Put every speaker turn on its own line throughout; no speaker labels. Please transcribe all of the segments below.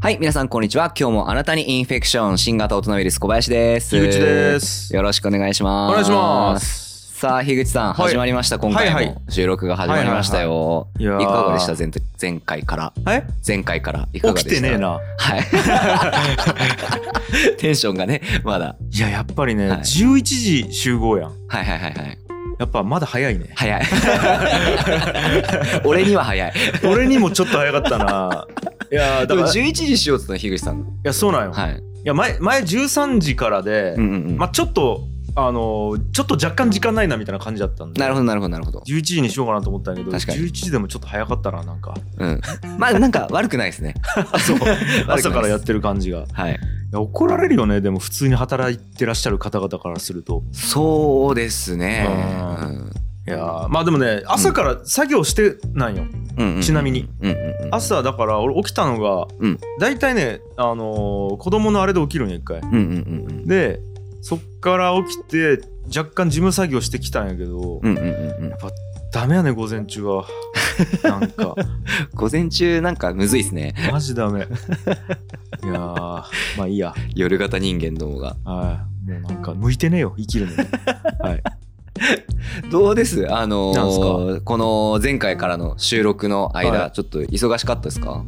はい、皆さんこんにちは。今日もあなたにインフェクション、新型大人ウイルス小林です。
樋口です
よろしくお願いします。
お願いします。
さあ、樋口さん、
はい
始まりました。今回も、
はいはい
収録が始まりましたよ。
はいはいはいいや
か
ー
がでした前前回から。
え
前回からいかが
起
でし
き
た
てねえ。な。
はい。 テンションがね、まだ。
いや、やっぱりね、
はい
11時集合やん。
はいはいはいはい。
やっぱまだ早いね。
早い。俺には早い。
俺にもちょっと早かったな。 いや、
で
だか
も
ら、い
11時しようって言ったの、樋口さん。
や、そうなんよ。
はい。
いや、前、前13時からで、
うんうんうん。
まあちょっと、あのーちょっと若干時間ないなみたいな感じだったんで。
なるほどなるほどなるほど。
11時にしようかなと思ったんやけど、
確かに
11時でもちょっと早かったな、なんか。
うん。まあなんか悪くないですね。
そう。
悪く
朝
ない
か
で
ら
す
やってる感じが。い
はい。
や、怒られるよね、でも普通に働いてらっしゃる方々からすると。
そうですね。
うんいやーまあでもね、朝から作業してないよ。
うんうん
ちなみに。
うんうんうん。
朝だから俺起きたのが、
うん
大体ね、あのー子供のあれで起きるんや一回
うんうんうん
でそっから起きて若干事務作業してきたんやけど、
うん。うんうんうんうん。
ダメやね午前中 はなんか
午前中なんかむずいですね。
マジダメいやーまあいいや
夜型人間どもが。
はいもうなんか向いてねえよ生きるの にはい
どうですあの
なんす
ー、この前回からの収録の間、
はい
ちょっと忙しかったですか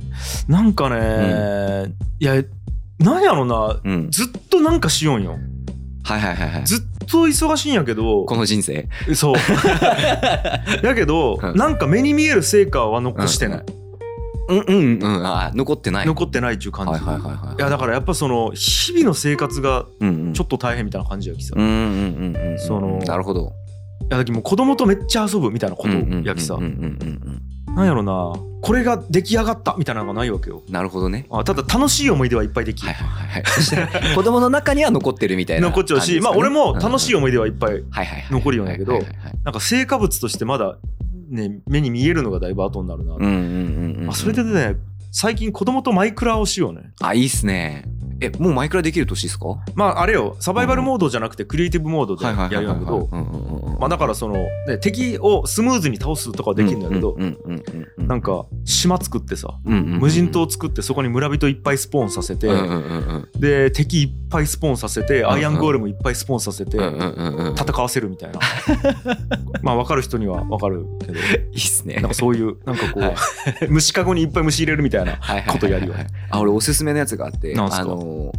なんかね、いやなんやろな
うん。
ずっとなんかしよんよ
はいはいはいはい。
ずっと忙しいんやけど
この人生。
そうだけど、
うん
なんか目に見える成果は残してない、
うんうんうん。あー、残ってない。
残ってないっていう感じ、
はい
い
はいはいはい。
やだからやっぱその日々の生活が
ら、うんうん。
ちょっと大変みたいな感じやきさ、
う
い
んうんうんうん。
その
なるほど。
やだけどもう子供とめっちゃ遊ぶみたいなこと
うんうんうん
やきさ、
うんうんうん
なんやろなこれが出来上がったみたいなのがないわけよ
うん。なるほどね。
あただ楽しい思い出はいっぱいできる、
はい はいはいはい。子供の中には残ってるみたいな
残っちゃうし、まあ俺も楽しい
よ。
思い出はいっぱい
はいはいはい。
残るようなんやけど
はいはいはい
なんか成果物としてまだね目に見えるのがだいぶ後になるな、
うんうんうんうん。
あそれで。ね最近子供とマイクラをしようね
あ、いいっすね。え、もうマイクラできる年ですかは
まああれよサバイバルモードじゃなくてクリエイティブモードでやるんだけど
うんうんうんうん
まあだからその、ね、敵をスムーズに倒すとかはできるんだけど、
うんうんうんうん。
なんか島作ってさ
うんうんうんうん、
無人島作ってそこに村人いっぱいスポーンさせて、
うんうんうんうん
で敵いっぱいスポーンさせて、
んうん
アイアンゴーレムいっぱいスポーンさせて、
うんうんうんうん。
戦わせるみた いなまあ分かる人には分かるけど
いいっすね。
なんかそういうなんかこう、
はい
虫かごにいっぱい虫入れるみたいな
はいはいはいはい
ことやるよね。
あ、俺おすすめのやつがあって、
なんすか
あの、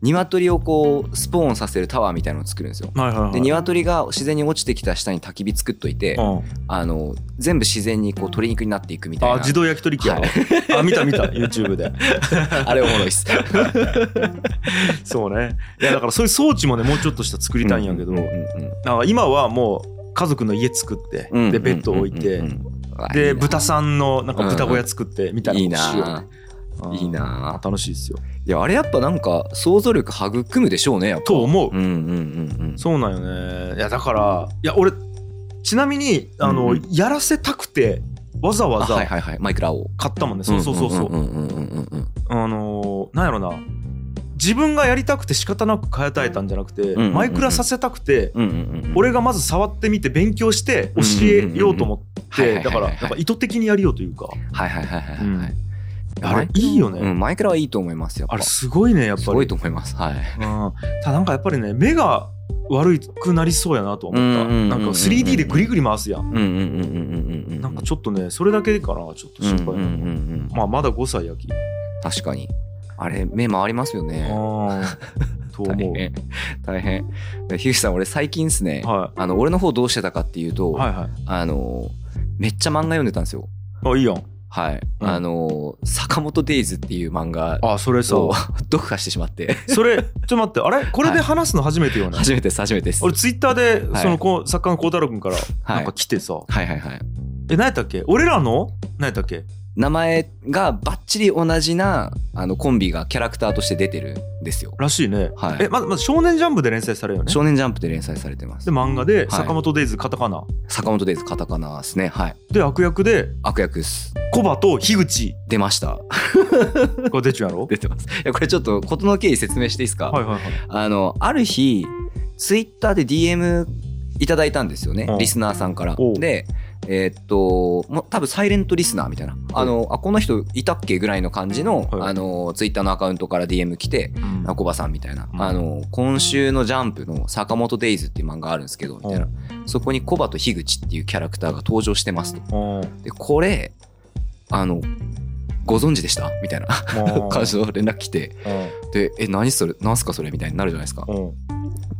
鶏をこう、スポーンさせるタワーみたいなのを作るんですよ。
はいはいはい
で、鶏が自然に落ちてきた下に焚き火作っといて、
うん
あの全部自然にこう鶏肉になっていくみたいな
あ自動焼き鳥機やろ、
は
あ見た見た YouTube で
あれおもろいっ す
そうねいやだからそういう装置もねもうちょっとした作りたいんやけど、
ううん
なんか今はもう家族の家作って、
うん
でベッド置いて、
うんうんうんうん
で
あ
豚さんのなんか豚小屋作ってみた
いい
いなことしよう
ない
うん
いいな
楽しいですよ
いやあれやっぱなんか想像力育むでしょうねやっぱ
と思う、
うんうんうん
そうなんよねいやだからいや俺ちなみにあの、
うんうん
やらせたくてわざ
うん
わ
あはい
ざ
はいはいマイクラを
買ったもんね、そうそうそうそう,、
んうんうんうんうん
あのーなんやろな自分がやりたくて仕方なく変えたえたんじゃなくて、
んうんうん
マイクラさせたくて、
うんうんうん
俺がまず触ってみて勉強して教えようと思っ
うんうんうんうん
て
はいは
だ
いはい
から
はい
やっぱ意図的にやりようというか
はいはいはいはいはいはい
あれいいよね、
うんマイクラはいいと思いますやっぱ
あれすごいねやっぱり
すごいと思いますはい
うん、ただなんかやっぱりね目が悪くなりそうやなとは思っ
うんうんうんうん
たなんか 3D でグリグリ回すやん
うんうんうんうんうんうん
なんかちょっとねそれだけかなちょっと
うん
心
う
配
んうん
なのは、
うん
まあまだ5歳やき
確かにあれ目回りますよね
あーと
大
思う、
変大変で樋口さん俺最近ですね、
は
あの俺の方どうしてたかっていうと、
い、はいはい
あのめっちゃ漫画読んでたんですよ
あいいやん
はい、
うん
あの坂本デイズっていう漫画
あそれさ
を 読破してしまって
それちょっと待ってあれこれで話すの初めてよね、
初めてです初めてですは
俺
い
ツイッターで
はい
そのこう作家の孝太郎君から
はい
なんか来てさ、
はいはい
え何やったっけ俺らの何やったっけ
名前がバッチリ同じなあのコンビがキャラクターとして出てるんですよ
らしいね、
はい
えまずまず少年ジャンプで連載されるよね
少年ジャンプで連載されてます
で漫画で坂本デイズカタカナ、
坂本デイズカタカナですねはい
で悪役で
悪役っす
コバと樋口
出ました
が出ちゃうやろ
出てますいやこれちょっと事の経緯説明していいですか
はいはいはい。
あのある日ツイッターで DM いただいたんですよね
うん
リスナーさんから
おう
でえーっと、もう多分サイレントリスナーみたいな、あの、あ、この人いたっけぐらいの感じの、
はい
あの、ツイッターのアカウントから DM 来て、
うん
あコバさんみたいな、
うん
あの、今週のジャンプの坂本デイズっていう漫画あるんですけど、みたいな、そこにコバと樋口っていうキャラクターが登場してますと。
おー
で、これ、あの、ご存知でしたみたいな
おー
感じの連絡来て、
う
で、え、何それ何すかそれみたいになるじゃないですか。
んうん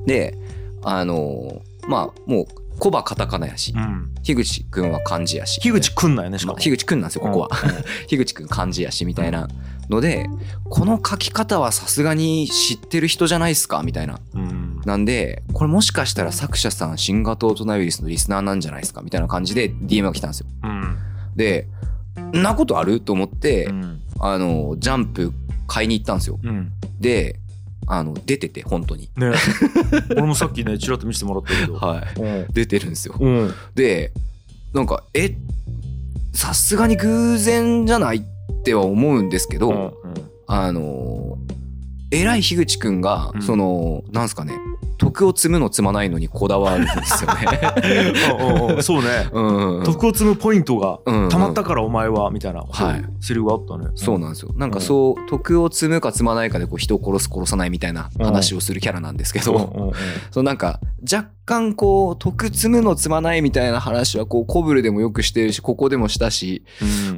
で、あの、まあ、もう、コバカタカナやし、
うん
樋口くんは漢字やし。
樋口くんなんやねしか
まあ
も
樋口くんなんですよここは、 樋口くん漢字やしみたいなのでこの書き方はさすがに知ってる人じゃないですかみたいな
うん
なんでこれもしかしたら作者さん新型オトナウイルスのリスナーなんじゃないですかみたいな感じで DM が来たんですよ
うん
でんなことあると思って、
うん
あのジャンプ買いに行ったんですよ
うん
であの出てて本当に
ね 俺もさっきねちらっと見せてもらったけど
はい
うん
出てるんですよ
うん
でなんかえさすがに偶然じゃないっては思うんですけど、あのー、偉い樋口くんが、
うん
その、なんすかね、徳を積むの積まないのにこだわるんですよね。
う んうんうんそうね
うん。
徳を積むポイントが
うん
たまったからお前はみたいな
はい
セリフがあったね
そうなんですよ。なんかそう、徳を積むか積まないかでこう人を殺す殺さないみたいな話をするキャラなんですけど、
うんうん
そのなんか若干こう、徳積むの積まないみたいな話はこう、コブルでもよくしてるし、ここでもしたし、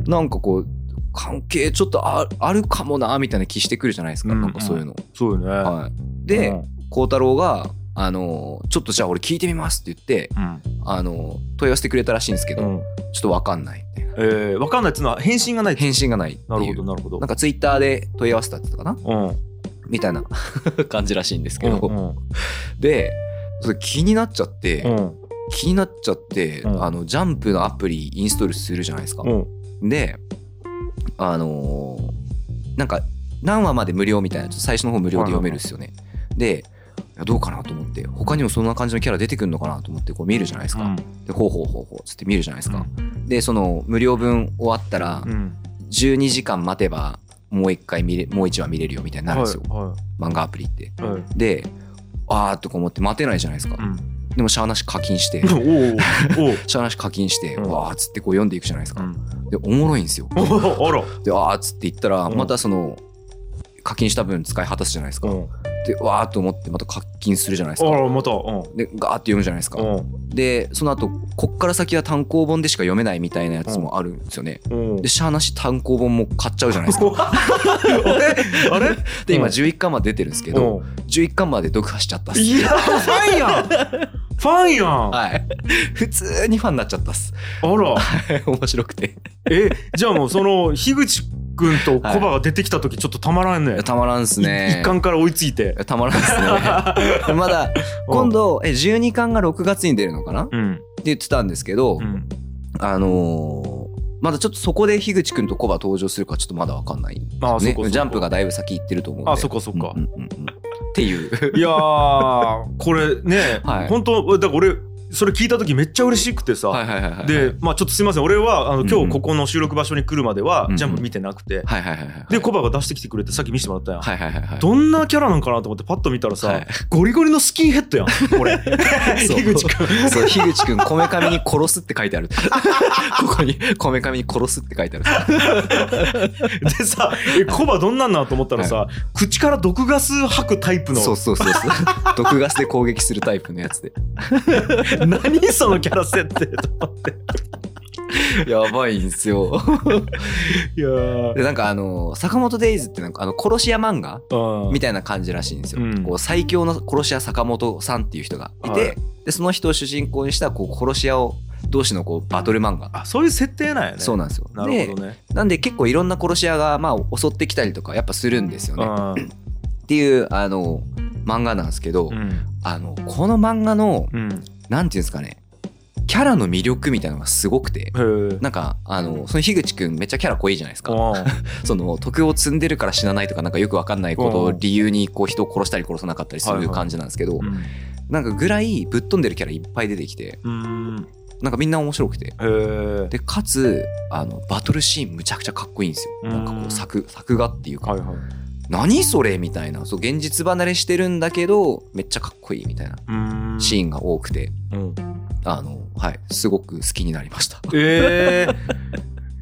うん
なんかこう、関係ちょっとああるかもな、みたいな気してくるじゃないですか。
うん
なんかそういうの。
そうよね
はい。で、
うん
孝太郎が、あのちょっとじゃあ俺聞いてみますって言って、
うん
あの問い合わせてくれたらしいんですけど、
うん
ちょっとわかんないみたいな。
えーわかんないっつうのは返信がない
返信がないっていう。
なるほどなるほど
なんかツイッターで問い合わせたって言ったかな
うん
み たいな感じらしいんですけど、
うん
で、それ気になっちゃって、
うん
気になっちゃって、
うん
あの、ジャンプのアプリインストールするじゃないですか。
うん
で、あのーなんか、何話まで無料みたいな、ちょっと最初の方無料で読めるんですよね。で、いやどうかなと思って、他にもそんな感じのキャラ出てくるのかなと思って、こう見るじゃないですか。で、ほうほうほうほうつって見るじゃないですか。で、その無料分終わったら
う、ん
12時間待てば、もう一回見れ、もう一話見れるよみたいになるんですよ。
は
漫画アプリって。
いはいはい
で、あーとか思って待てないじゃないですか
う。ん
でも、しゃあなし課金して、
おうおうお う
しゃあなし課金して、
うん
わーっつってこう読んでいくじゃないです
う
か。
ん
で、おもろいんですよ。
おあら
で、あーっつって言ったら、
うん
またその、課金した分使い果たすじゃないですか。
うん
で、わーっと思って、また課金するじゃないです
あ
か。
らまたうん
で、ガーって読むじゃないですか。
う
で、その後、こっから先は単行本でしか読めないみたいなやつもあるんですよね。
んうん
で、しゃあなし単行本も買っちゃうじゃないですか。
あれ
で、今
うん
11巻まで出てるんですけど、11巻まで読破しちゃったっす。
いやファ ンやんファンやんあ
はい。普通にファンになっちゃったっす。
ら
面白く て。
えじゃあもうその樋口くんとコバが出てきた時ちょっとたまらんね、
いやたまらんっす
い
ね
一。巻から追いついて
たまらんっすね。で まだ、今度、え、12巻が6月に出るのかなって
うん
言ってたんですけど
う、ん
あのーまだちょっとそこで樋口くんとコバ登場するかちょっとまだわかんない。ね、
あそこそこ
ジャンプがだいぶ先行ってると思うんで。
あそっかそっか
うんうんうんうんって いう。
いやーこれね、
はい
本当だから俺それ聞いた時めっちゃ嬉しくてさ、
はいはいはいはい。
で、まあ、ちょっとすいません俺はあの
うん
今日ここの収録場所に来るまでは
うん
ジャンプ見てなくて、
はいはいはいはい。
でコバが出してきてくれてさっき見せてもらったやん、
はいはいはいはい。
どんなキャラなんかなと思ってパッと見たらさ、
はい
ゴリゴリのスキンヘッドやん これ 樋口くん
そう、樋口くん、こめかみに殺すって書い てある。ここに、こめかみに殺すって書いてある。
でさ、えコバどんなんなと思ったらさ、口から毒ガス吐くタイプの
そ、うそうそうそう。毒ガスで攻撃するタイプのやつで。
何そのキャラ設定と思って。
やばいんすよ。
いやー
で、なんかあの、坂本デイズってなんかあの、殺し屋漫画
うん
みたいな感じらしいんですよ。
うん
こう最強の殺し屋坂本さんっていう人がいて、
はい
でその人を主人公にしたこう殺し屋を同士のこうバトル漫画。
あ、そういう設定なんやね。
そうなんですよ。
なる
で
ほどね。
なんで結構いろんな殺し屋がまあ襲ってきたりとかやっぱするんですよ
う
ね。
ん
っていうあの漫画なんですけど、
うん
あのこの漫画の
うん。
なんていうんですかねキャラの魅力みたいなのがすごくて。
へえ。
なんかあのその樋口くんめっちゃキャラ濃いじゃないですか
あ
その徳を積んでるから死なないとかなんかよくわかんないことを
うん
理由にこう人を殺したり殺さなかったりす
はい
る
はい
感じなんですけど、
うん
なんかぐらいぶっ飛んでるキャラいっぱい出てきて
うん。へ
なんかみんな面白くて
え。
でかつあのバトルシーンむちゃくちゃかっこいいんです
う
よ
ん
なんかこう作作画っていうか、
はいはい。
何それみたいなそう現実離れしてるんだけどめっちゃかっこいいみたいな
うん
シーンが多くて、
うん。
あの、はい、すごく好きになりました。
えー、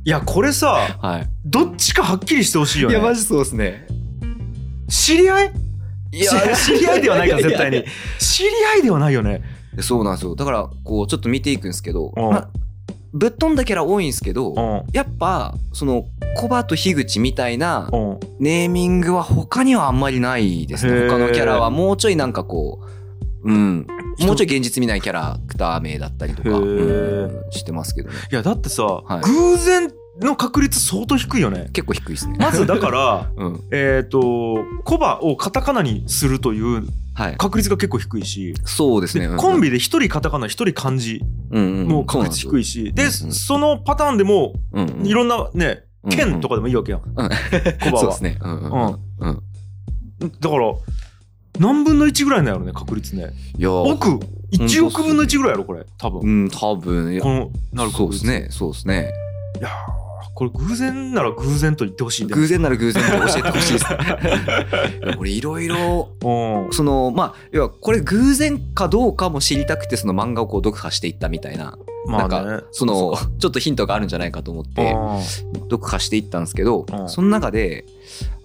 いやこれさ
はい。
どっちかはっきりしてほしいよ
いや、マ
ね
ジそうですね。
知り合い
い
いや知り合いではないから絶対に知り合いではないよね
そうなんですよ。だから、こう、ちょっと見ていくんですけど、
うん
まあ、ぶっ飛んだキャラ多いんですけ
う
ど、
ん
やっぱ、その、コバと樋口みたいな
うん
ネーミングは他にはあんまりないです
へー
ね。他のキャラはもうちょいなんかこう、うん、
人
もうちょい現実見ないキャラクター名だったりとか、
へー
うんしてますけどね。
いやだってさ、
はい
偶然の確率相当低いよね
結構低いですね。
まずだから、
うん。
えっ、と、コバをカタカナにするという
はい。
確率が結構低いし、
そうですね。う
で
ん
コンビで一人カタカナ、一人漢字も確率低
い。
いし、で、
うんうん
そのパターンでも、
うんうん
いろんなね、剣と
か
かでもいいわけやん、コバ
そうで
は
す。ね。うんうんうんうん
だから、何分の1ぐらいなんやろね、確率ね。
いやー
奥、1億分の1ぐらいやろ、これ、多分。
うん多分いや
このなる
そう
確
です。
率
ねそうですね。
いやーこれ偶然なら偶然と言ってほしいんだよ
偶然なら偶然で教えてほしいで す。いやこれいろいろ
うん
そのまあ要はこれ偶然かどうかも知りたくてその漫画をこう読破していったみたいな
ま
な
あね。
そのちょっとヒントがあるんじゃないかと思って
うん
読破していったんですけど
うん
その中で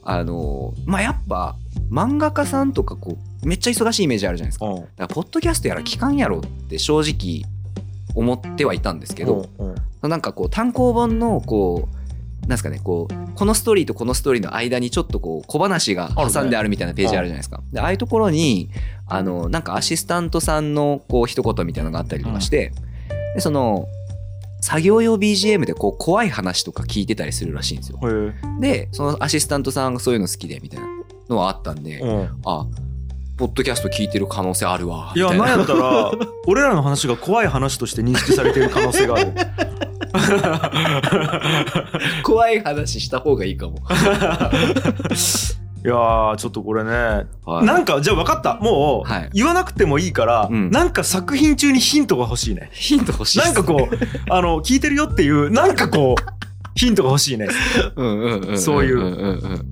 あのまあやっぱ漫画家さんとかこうめっちゃ忙しいイメージあるじゃないですか。
うん
だからポッドキャストやら聞かんやろって正直思ってはいたんですけど、
うんうん
なんかこう単行本のこうなんですかねこうこのストーリーとこのストーリーの間にちょっとこう小話が挟んであるみたいなページあるじゃないですか。でああいうところにあのなんかアシスタントさんのこう一言みたいなのがあったりとかして、でその作業用 BGM でこう怖い話とか聞いてたりするらしいんですよ。
へ
でそのアシスタントさんがそういうの好きでみたいなのはあったんで、
えうん
あポッドキャスト聞いてる可能性あるわ
い
み
や
たい
なん
な。
やったら俺らの話が怖い話として認識されている可能性がある
怖い話した方がいいか も。
いやーちょっとこれね
は
なんかじゃあ分かったもう
はい
言わなくてもいいから
うん
なんか作品中にヒントが欲しいね
ヒント欲しいっ
な
す
んかこ うあの聞いてるよっていうなんかこうヒントが欲しいね
うんうんうんん
そういうん
んうん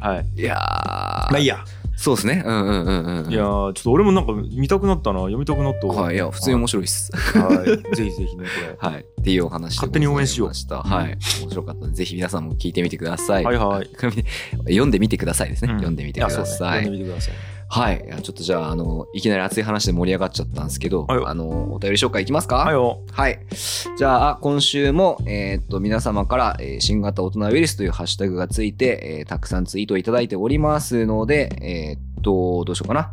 はい
いやー
まあいいや
そうですね。うんうんうんうん。
いやーちょっと俺もなんか見たくなったな読みたくなった
はい、いや、普通に面白いっす。
はいぜひぜひねこ
はい。っていうお話でございました
勝手に応援しよう
はい。面白かったので、ぜひ皆さんも聞いてみてください。
れはいはい
読んでみてくださいですね。
うん
読んでみて
いや
く
そう
だ
ね
さ
読ん
い。
でみてください
はい。いやちょっとじゃあ、あの、いきなり熱い話で盛り上がっちゃったんですけど、
はいよ
あの、お便り紹介いきますか
はいよ
はい。じゃあ、今週も、えーっと、皆様から、えー新型大人ウイルスというハッシュタグがついて、えーたくさんツイートをいただいておりますので、えーっと、どうしようかな。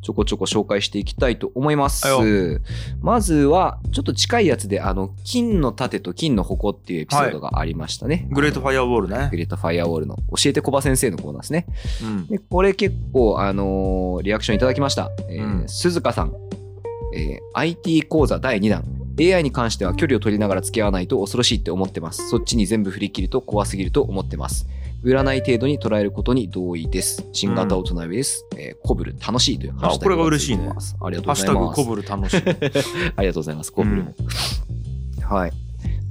ちょこちょこ紹介していきたいと思います
は。
まずは、ちょっと近いやつで、あの、金の盾と金の矛っていうエピソードがありましたね。
グレートファイアウォール
グ
ね
レートファイアウォールの教えてコバ先生のコーナーですね。
うん
でこれ結構、あのーリアクションいただきました。えー
うん
鈴鹿さん、えー IT 講座第2弾。AI に関しては距離を取りながら付き合わないと恐ろしいって思ってます。そっちに全部振り切ると怖すぎると思ってます。占い程度に捉えることに同意です。新型大人ウイルス、えーコブル楽しいというハッシュタグ
あこれが嬉しいね
つてますありがとう
ハッ
ご
シュ
ざ
タ
い
グ
ます
コ。ブル楽しい
ありがとうございます。コブルも。はい。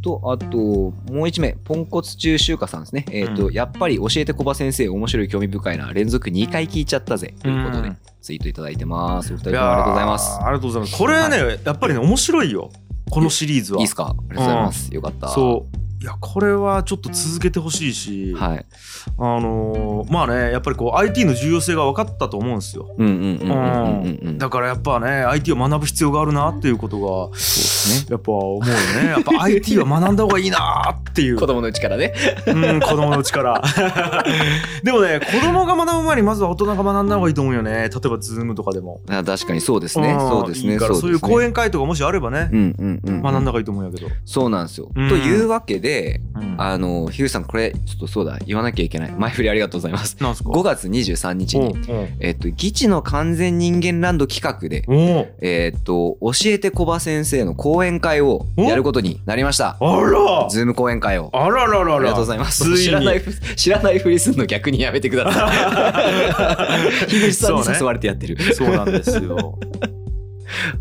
と、あと、もう1名、ポンコツ中秋華さんですね。えっ、と、
う
やっぱり教えてコバ先生、面白い、興味深いな。連続2回聞いちゃったぜ。ということで、
うん
ツイートいただいてます。お二人
い
と
や
も
ー
ありがとうございます
あ。りがとうございます。これね、やっぱりね、面白いよ。このシリーズ
いい
は。
ですかありがとうございます。よかった。
そう。いや、これはちょっと続けてほしいし、
はい。
あのーまあね、やっぱりこう、IT の重要性が分かったと思うんですよ。
うんうんうんうんうんうんうん。
だからやっぱね、IT を学ぶ必要があるなっていうことが、
そうですね。
やっぱ思うよね。やっぱ IT は学んだ方がいいなーっていう。
子供のうちからね。
うん、子供のうちから。 でもね、子供が学ぶ前にまずは大人が学んだ方がいいと思うよね。例えば、ズームとかでも。
あ確かにそうですね。
ん
そうですね。
いいから、そういう
ですね
講演会とかもしあればね
う、んうんうんうん。
学んだ方がいいと思うんやけど。
そうなんですよ。
うん
というわけで、
うん
あの、ヒューさん、これ、ちょっとそうだ、言わなきゃいけない。前振りありがとうございます。
なんすか
5月23日に、えっと、ギチの完全人間ランド企画で、
おお
えっと、教えてコバ先生の講演会をやることになりました。
あら
ズーム講演会を。
あらららら
ありがとうございます。
つい
知らない
に
ふ、知らないふりすんの逆にやめてください。樋口さんに
そうね
誘われてやってる。
そうなんですよ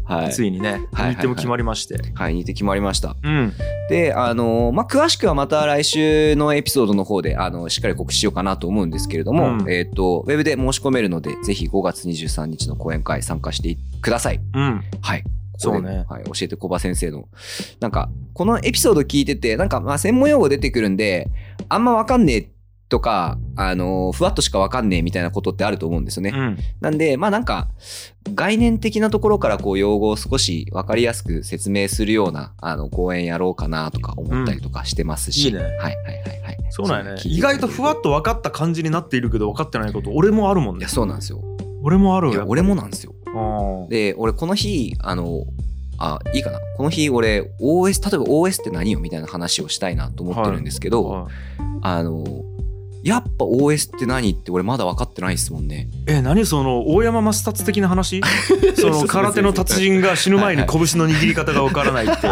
はい。
ついにね
はいはいはい
日程も決まりまして
はい、似て決まりました。
うん
で、あのーまあ、詳しくはまた来週のエピソードの方で、あのしっかり告知しようかなと思うんですけれども、
うん
えっと、ウェブで申し込めるので、ぜひ5月23日の講演会参加してください。
うん
はい。ここで
そうね
はい、教えてコバ先生のなんかこのエピソード聞いててなんかまあ専門用語出てくるんであんまわかんねえとか、あのふわっとしかわかんねえみたいなことってあると思うんですよね。
うん
なんで、まあなんか、概念的なところからこう用語を少し分かりやすく説明するような、あの、講演やろうかなとか思ったりとかしてますし。
うんいいね
はいはいはいはい。
そうなんやね
聞いて
意外とふわっと分かった感じになっているけど分かってないこと俺もあるもん
い
ね
や、そうなんですよ。
俺もある
いや、
わ
俺もなんですよ。
うん
で、俺この日、あの、あ、いいかな。この日、俺、OS、例えば OS って何よみたいな話をしたいなと思ってるんですけど、
はい
あの、やっぱ OS って何って俺まだ分かってないですもんね。
え何その大山マスタツ的な 話 その空手の達人が死ぬ前に拳の握り方が分からない って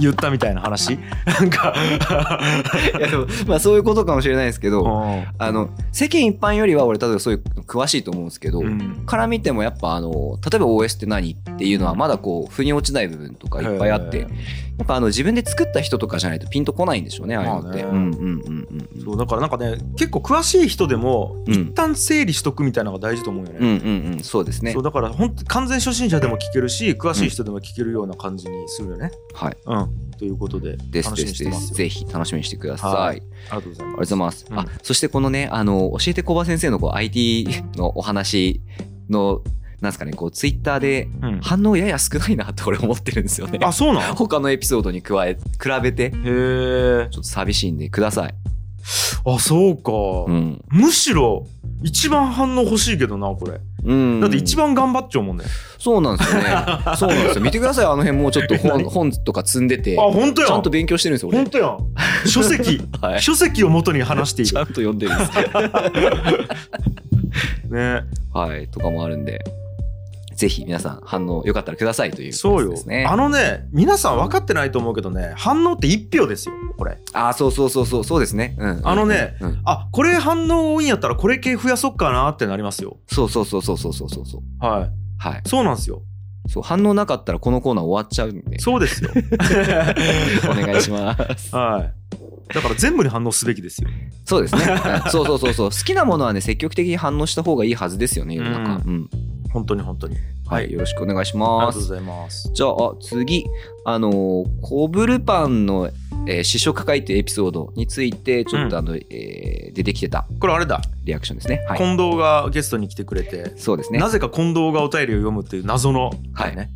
言ったみたいな 話なんか
いやでもまあそういうことかもしれないですけど、
うん
あの世間一般よりは俺例えばそういうの詳しいと思うんですけど、
うん
から見てもやっぱあの例えば OS って何っていうのはまだこう腑に落ちない部分とかいっぱいあって
へ
や
ー
っぱあの自分で作った人とかじゃないとピンとこないんでしょうねああいうのって。
ま
う
あ
ん
ね
うんうんうんうん
そうだからなんかね結構詳しい人でも
うん
一旦整理しとくみたいなのが大事と思うよね。
うんうんうんそうですね
そうだからほんと完全初心者でも聞けるし詳しい人でも聞けるような感じにするよね。
はい
うん、ということで
です
楽し
で
みにし
す
て
で
ます
す
よ
ぜひ楽しみにしてくださ
はい
い
ありがとうござ
あり
いま
がとうございます。
うん。
あそしてこのねあの教えて小葉先生のこう IT のお話のなんですかねこうツイッターです反応やや少ないなって俺思ってるんですよね
うん、。あそうなんへ
他のエピソードに加え比べてちょ
え
っと寂しいんでください。
あそうか、
うん。
むしろ一番反応欲しいけどなこれ
うん、
だって一番頑張っちゃうもんね、
そうなんですよね。 そうなんですよ。見てください。あの辺もうちょっと本
何
本とか積んでて、
あ本当
ち
や
ゃんと勉強してるんですよ。
本
俺。
当やん書籍
はい。
書籍を元に話してい
ち
る
ゃんと読んでるんです。
ね
はい。とかもあるんで、ぜひ皆さん反応よかったらくださいという
そう
こと
よ
ですね。
あのね皆さん分かってないと思うけどね反応って一票ですよこれ
あそうそうそうそうそうですね。うん。
あのね
うん。うん
あこれ反応多いんやったらこれ系増やそっかなってなりますよ
そうそうそうそうそうそうそうそう。
は
はい。
いそうなんですよ
そう反応なかったらこのコーナー終わっちゃうんで、
そうですよ
お願いします。
はいだから全部に反応すべきですよ
そうですね。うんそうそうそうそう。好きなものはね、積極的に反応した方がいいはずですよね、世の中。うん。
本当に本当に
は
はい
い、よろしくお願いし
あり
ま
がとうご
す。
ざいます
じゃあ、次、あのー、コブルパンの、えー試食会というエピソードについて、ちょっとあの、えー出てきてた
これあれだ、
リアクションですね。はい。
近藤がゲストに来てくれて
そうですね
な。ぜか近藤がお便りを読むっていう謎の、
はい
ね、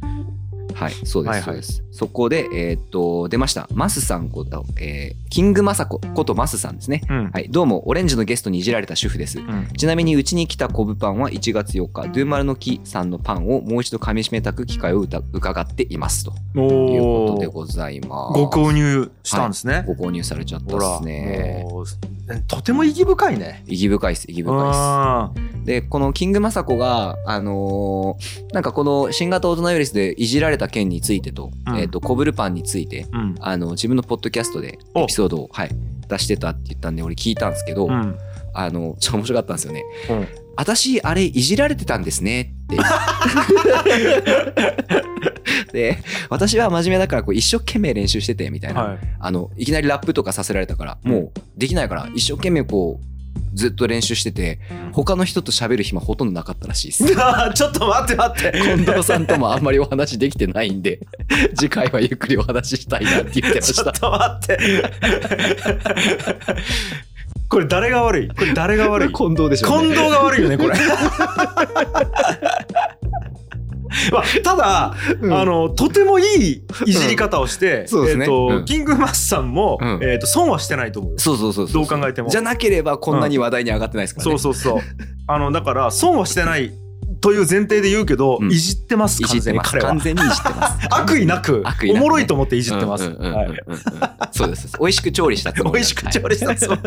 はい、そうで
はい
す、そ
は
う
い
です。そこで、えーっと、出ました。マスさんこと、えーキングマサコことマスさんですね。
うん
はい、どうも、オレンジのゲストにいじられた主婦です。
うん
ちなみにうちに来たコブパンは1月4日、ドゥーマルの木さんのパンをもう一度噛み締めたく機会をうた伺っていますと
お
いうことで
ー
ございます。
ご購入したんですね、
ご購入されちゃった
ほ
で
ら
すね。
もうとても意義深いね
意義深いです、意義深
あ
いです。で、このキングマサコが、あのーなんかこの新型オトナウイルスでいじられた件についてと、
うん
えっ、と、コブルパンについて、
ーうん
あの、自分のポッドキャストでエピソードを、はい、出してたって言ったんで、俺聞いたんですけど、
うん
あの、ちょっと面白かったんですよね。
うん
私あれいじられてたんですねってで私は真面目だからこう一生懸命練習しててみたいな、
はい
あのいきなりラップとかさせられたからもうできないから一生懸命こうずっと練習してて他の人と喋る暇ほとんどなかったらしいです。
あー ちょっと待って待って
近藤さんともあんまりお話できてないんで次回はゆっくりお話ししたいなって言ってま
ち
し
ょったと待って これ誰が悪いこれ誰が悪い
近藤でしょう
近
ね、
藤が悪いよねこれ まあただ、
うん
あのとてもいいいじり方をして、
そうですね
えーと
うん
キングマスさんも、
うん
えー、と損はしてないと思うよ
そうそうそう
ど
そう
う考えても
じゃなければこんなに話題に上がってないですからね、
そうそうそうあのだから損はしてないという前提で言うけど、
うん
いじってます
いじっ
完
て
全に
ます
彼は
完全にいじってます
悪意なく
悪意なくね
おもろいと思っていじってます、
うんうんうんうん
はい
うんそうです。そうです美味しく調理したつもりなん
美
で
味しく調理したつもり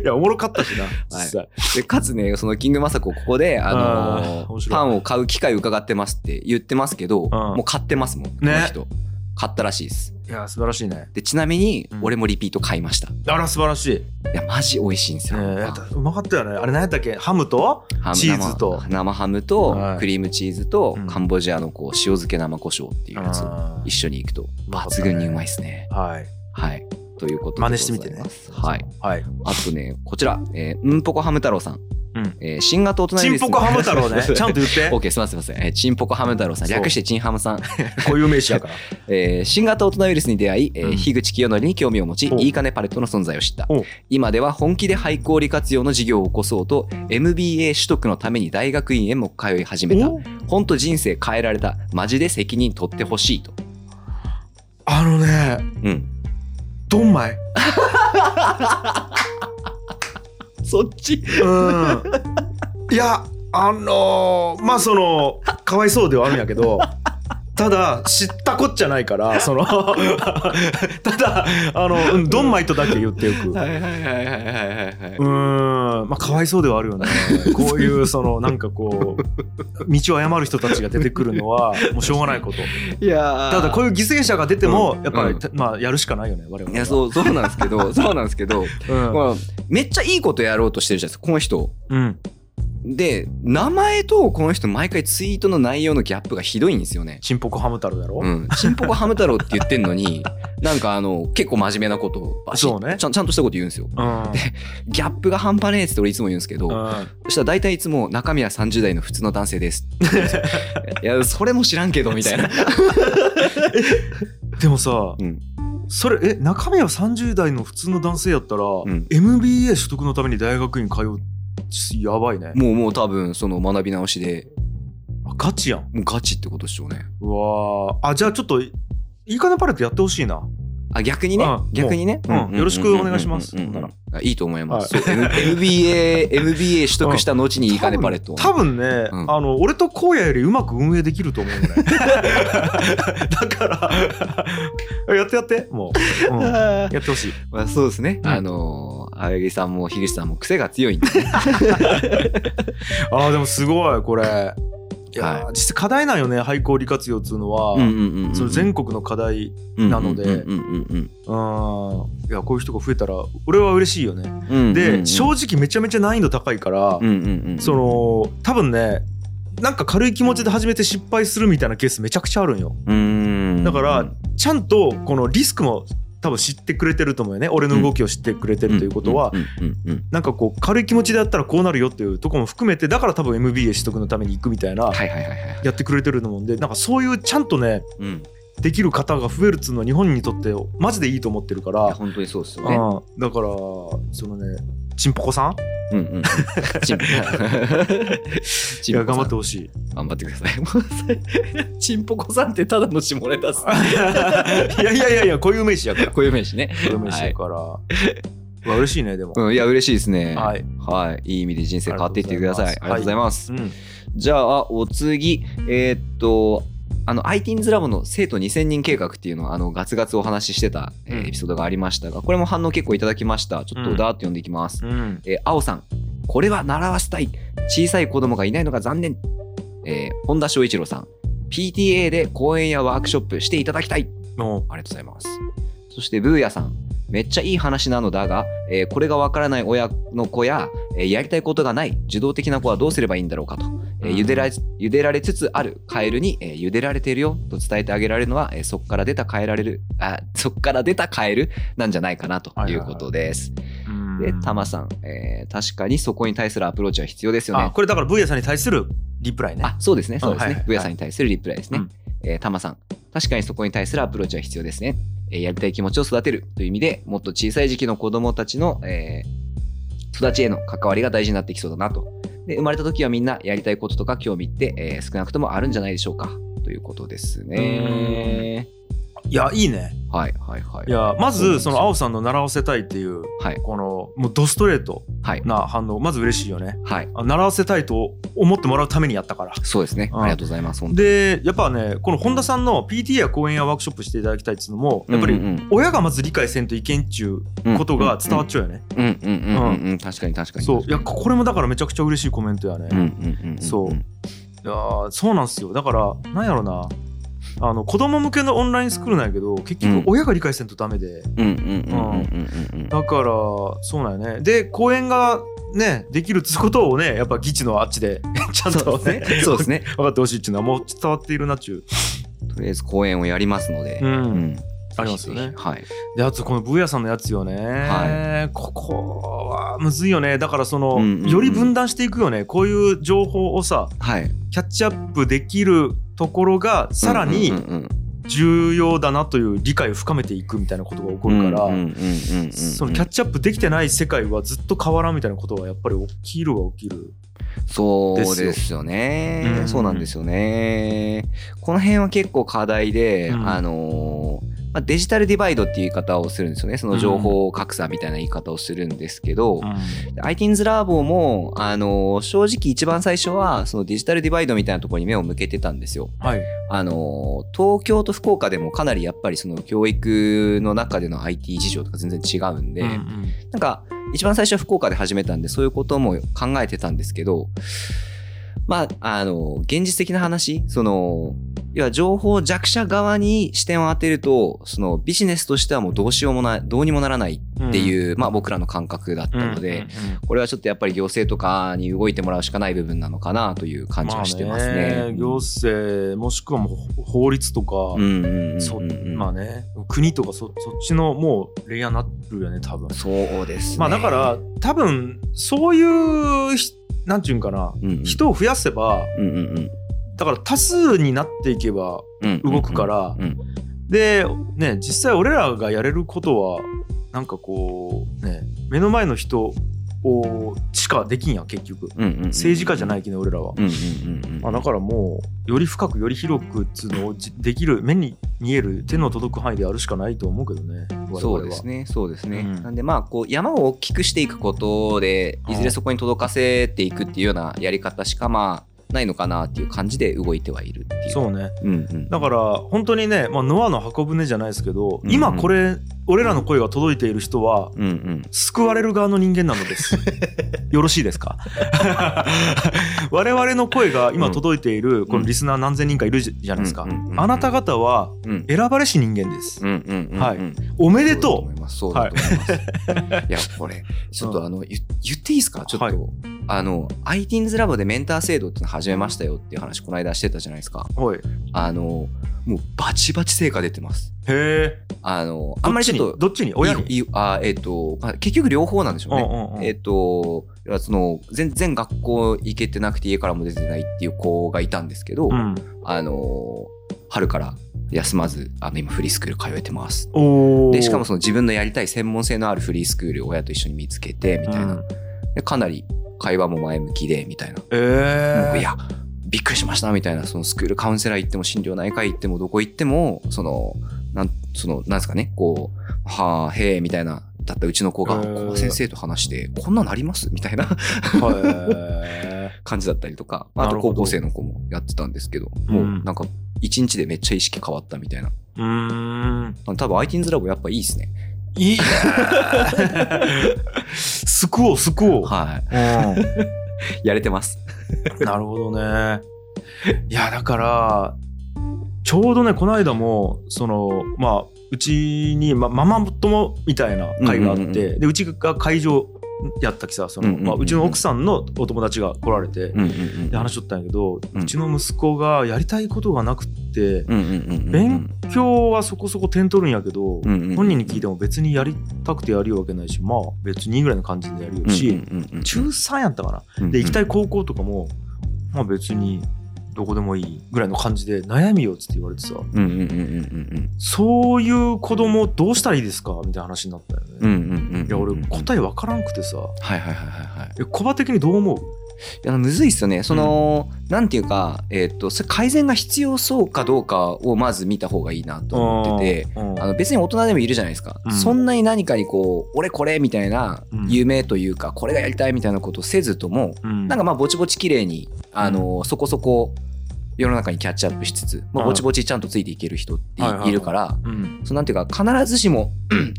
いやおもろかったしな、実際
はいでかつね、そのキングマサコここで、あ
あ
の
ー面
ー
白い
パンを買う機会伺ってますって言ってますけど、もう買ってますもん。この人買ったらしいです。
いや素晴らしいね
でちなみに
うん
俺もリピート買いました。い
あら素晴らしい、ね
やマジ美味しいんです
え
よ。
やだうまかったよねあれ何やったっけハムと
ハム
チーズと
生生ハムと
はい
クリームチーズと
うん
カンボジアのこう塩漬け生胡椒っていうやつを
あー
一緒に行くと
うまかったね
抜群にうまいですね。
はい
はい。ということで
真似してみて
ござ
ね
いますはい。
はい。
あとね、こちら、えー、うんぽこハム太郎さん。
うん
えー新型大人
チンポコハム太 郎 ね。ちゃんと言って。
オッケー、すみません、すみません。えー、チンポコハム太郎さん。
そう
略してチンハムさん。
固有名詞だから。
えー新型大人ウイルスに出会い、えー
うん
樋口清則に興味を持ち、
お
いいかねパレットの存在を知った
おう。
今では本気で廃校利活用の事業を起こそうと、MBA 取得のために大学院へも通い始めた。ほんと人生変えられた。マジで責任取ってほしいと。
あのね、
うん。
ドンマイ。
そっち
うん。いや、あのーまあその、かわいそうではあるんやけど、ただ、知ったこっちゃないから、その、 ただ、あの、うんドンマイとだけ言っておく。
はいはいはいはいはいはい。
うーんまあかわいそうではあ るよねこういうそのなんかこう道を誤る人たちが出てくるのはもうしょうがないこと
いや
ただこういう犠牲者が出ても
うん
やっぱり、
うん
たまあやるしかないよね我々はい
やそうそうなんですけ どそうなんですけど、
うん、
まあ、めっちゃいいことやろうとしてるじゃないですかこの人
うん、
で名前とこの人毎回ツイートの内容のギャップがひどいんですよね
チンポコハム太郎だろ、
うん、チンポコハム太郎って言ってんのになんかあの結構真面目なことをバシッ
そうね
ちゃんちゃんとしたこと言うんですよ
うん
ギャップが半端ねえっつって俺いつも言うんですけど、
うん
そしたら大体いつも中身は30代の普通の男性 ですって言うんですよいやそれも知らんけどみたいな
でもさ、
うん
それえ中身は30代の普通の男性やったら、
ん
MBA 取得のために大学院通うやばいね
もうもう多分その学び直しで
あガチやん
もうガチってことでしょうね
うわーあじゃあちょっといいかねパレットやってほしいな
あ逆にね
うん
逆にね、
うんよろしくお願いします
うんうんうんうん
なら
あいいと思います、
は
そう M- MBA MBA 取得した後にいいかねパレットをね
多分ね、
うん
あの俺と荒野よりうまく運営できると思うんだよ ねだからやってやってもう、うんやってほしい
まあ、そうですね、
うん
あのー青柳さんも樋口さんも癖が強いんでね、
あーでもすごいこれいやー、
は
実際課題なんよね廃校利活用っ つうのは、
うんうんうんうん
それ全国の課題なので
うんうんうん
うんいやこういう人が増えたら俺は嬉しいよね、
うんうん
で、
うんうん
正直めちゃめちゃ難易度高いから、
うんうんうん
その多分ねなんか軽い気持ちで始めて失敗するみたいなケースめちゃくちゃあるんよ
うーん
だからちゃんとこのリスクも多分知ってくれてると思うよね俺の動きを知ってくれてるということは、
うんうんうんうん
なんかこう軽い気持ちでやったらこうなるよっていうとこも含めてだから多分 MBA 取得のために行くみたいな、
はいはいはいはい、
やってくれてると思うんでなんかそういうちゃんとね
うん、い
できる方が増えるっつうのは日本にとってマジでいいと思ってるから、
や本当にそうですよね
うんだからそのねちんぽこさん
うんうんうんチン ポ
い
チ
や
ンポ
頑
コ
張っ
さ
て
ん
ほしい
頑張ってくださいも うチンポコさんってただの下ネタっ すね
いやいやいやいやこういう名詞やからこ
こういう名詞ね
ういう名詞やから、うわ嬉しいねでも、
うん、いや、嬉しいですね。。
はいい、
い。い意味で人生変わっていってください。ありがと
あ
う
りがとう
ご
ご
ざい
ざい
ます。
うん、
じゃあ、お次。えーっと、あの、iTeens ラボの生徒2000人計画っていうのを、あの、ガツガツお話ししてた、えー
うん
エピソードがありましたが、これも反応結構いただきました。ちょっ
う
と
ん
だーっと読んでいきます。
うん
えー、青さん、これは習わせたい。小さい子供がいないのが残念。えー本田翔一郎さん、PTA で講演やワークショップしていただきたい。
もう
ありがとうございます。そして、ブーヤさん。めっちゃいい話なのだが、えーこれがわからない親の子や、えーやりたいことがない受動的な子はどうすればいいんだろうかと、えー
うん
茹でられ茹でられつつあるカエルに、えー茹でられているよと伝えてあげられるのは、えーそこから出たカエられるあそこから出たカエルなんじゃないかなということです。
うん
で、タマさん、えー確かにそこに対するアプローチは必要ですよね
あ。これだからブーヤさんに対するリプライね
あ、そうですね、そうです
はいは
ね
い。
ブヤさんに対するリプライですね
うん。
えータマさん、確かにそこに対するアプローチは必要ですね。えーやりたい気持ちを育てるという意味でもっと小さい時期の子供たちの、えー育ちへの関わりが大事になってきそうだなと。で、生まれた時はみんなやりたいこととか興味って、えー少なくともあるんじゃないでしょうか。ということですね。
いやいいね
はいはいはい。
いやま
そうなんです
ず
よ
その青さんの習わせたいっていう
はい
このもうドストレート
はい。
な反応まず嬉しいよね
はい。
あ習わせたいと思ってもらうためにやったから
そうですね。
うん
ありがとうございます。本当に
でやっぱねこの本田さんの PTA や講演やワークショップしていただきたいっていうのもや
う
っぱ
んう
り
ん
親がまず理解せんといけんっちゅ
うん
うことが伝わっちゃうよね、
うんうんうんうんうんうん。確かに確かに。
そうい
確か
や
に
これもだからめちゃくちゃ嬉しいコメントやね、
うん
い
うんうんうん。
そうやーそうなんですよだからなんやろなあの子供向けのオンラインスクールなんやけど結
うん
局親が理解せんとダメで、
うんうんうんうんうんうんうん。
だからそうなんよねで講演がねできるっつうことをねやっぱ議地のあっちで ちゃん
そ
と
うで
ね
すね。 そうですね。
分かってほしいっちゅうのはもう伝わっているなっちゅう
とりあえず公演をやりますので、
うん
うん
ありますよね
ぜひぜひはい。
であとこのブーヤさんのやつよね、
は
ここはむずいよねだからその、
うんうんうん
より分断していくよねこういう情報をさ
はい。
キャッチアップできるところがさらに
うんうん
重要だなという理解を深めていくみたいなことが起こ
うんうん
るから、
うんうんうんうんうん
そのキャッチアップできてない世界はずっと変わらんみたいなことはやっぱり起きるは起きる。
そうですよね、
ですようん
そうなんですよね。この辺は結構課題で、
うん
あのーまあ、デジタルディバイドっていう言い方をするんですよね。その情報格差みたいな言い方をするんですけど、iTeens ラボも、あのー正直一番最初はそのデジタルディバイドみたいなところに目を向けてたんですよ。
はい、
あのー東京と福岡でもかなりやっぱりその教育の中での IT 事情とか全然違うんで、
うんうん
なんか一番最初は福岡で始めたんでそういうことも考えてたんですけどまああの現実的な話その要は情報弱者側に視点を当てるとそのビジネスとしてはもうどうしようもないどうにもならないっていう、まあ僕らの感覚だったので、
うんうんうん
これはちょっとやっぱり行政とかに動いてもらうしかない部分なのかなという感じはしてますね。
あ行政もしくはもう法律とか、
うんうんうんうん
そまあね国とかそそっちのもうレイヤーになってるよね多分。
そうですね。
まあだから多分そういうひなんていうんかな
うんうん
人を増やせば
うんうんうん
だから多数になっていけば
うんうんうん
動くから、
うん
でね実際俺らがやれることはなんかこうね目の前の人をしかできんやん結局
うんうんうん
政治家じゃないけど俺らは、
うんうんうんうん
まあ、だからもうより深くより広くっつうのをじできる目に見える手の届く範囲でやるしかないと思うけどね我々は
そうですね、そうですね。
うん
なんで、まあ、こう、山を大きくしていくことで、いずれそこに届かせていくっていうようなやり方しか、まあ、ないのかなっていう感じで動いてはいるっていう。
そうね
うんうん。
だから本当にね、まあ、ノアの箱舟じゃないですけど、
うん
今これ俺らの声が届いている人は
うんうん。
救われる側の人間なの です。よろしいですか我々の声が今届いているこのリスナー何千人かいるじゃないですか
うんうんうんう。ん
あなた方は
うん。
選ばれし人間です
う。んうんうん、
はい
うん
おめでとう
そうだと思います。そうだと思います。いや、これ、ちょっとあの、言言っていいですかちょっと、
はい
あの、ITINS ラボでメンター制度っていうの始めましたよっていう話、この間してたじゃないですか。
はい。へ
あの、もうバチバチ成果出てます。
え。
あの、あんまりちょっと、
どっちにどっちに親
い
に
いあえっ、と、まあ、結局両方なんでしょうね。
うんうんうん
えっ、と、要はその全然学校行けてなくて家からも出てないっていう子がいたんですけど、
うん。
あの春から休まずあの今フリースクール通えてます。
おー
でしかもその自分のやりたい専門性のあるフリースクールを親と一緒に見つけてみたいな、
うん
でかなり会話も前向きでみたいな、もうい
え
やびっくりしましたみたいなそのスクールカウンセラー行っても心療内科行ってもどこ行ってもそのなんそのなんですかねこう「はあへえ」みたいなだったうちの子が、
へー
こう先生と話して「こんなのあります?」みたいな
え。へえ
感じだったりとかあ
な
と
るほど
高校生の子もやってたんですけど
うん
もうなんか一日でめっちゃ意識変わったみたいな
うーん。
多分 ITINS ラボやっぱいいですね
いいね。 救おう救おう。
は
うん
いやれてます
なるほどね。いや、だから、ちょうどね、この間も、その、まあ、うちに、ま、ママ友みたいな会があって、
うんうんうん
で、うちが会場やったきさ、その、
うんうんうんうん
まあ、うちの奥さんのお友達が来られて、
うんうん
で、話しとったんやけど、
う
うんちの息子がやりたいことがなくって、
うんうんうんうん
勉強はそこそこ点取るんやけ
う
ど、
んうん
本人に聞いても別にやりたくてやるわけないし、まあ、別にぐらいの感じでやるよし、中3やったかな。で行きた
い
い高校とかも、まあ別にどこでもいいぐらいの感じで悩みよっつって言われてさ
うんうんうんうんうん
そういう子供どうしたらいいですかみたいな話になったよね、
うんうんうんうんうん
いや俺答え分からんくてさ
はいはいはいはいはい
えコバ的にどう思う
いやむずいっすよねその、なんていうか、えっとそれ改善が必要そうかどうかをまず見た方がいいなと思ってて。
うん
あの別に大人でもいるじゃないですか、
うん
そんなに何かにこう俺これみたいな
うん
夢というか、これがやりたいみたいなことをせずとも
うん
なんかまあぼちぼち綺麗にあの、そこそこ世の中にキャッチアップしつつ、まあ、
はい
ぼちぼちちゃんとついていける人ってい,、
はいはいはい
るから、
うん
そのなんていうか必ずしも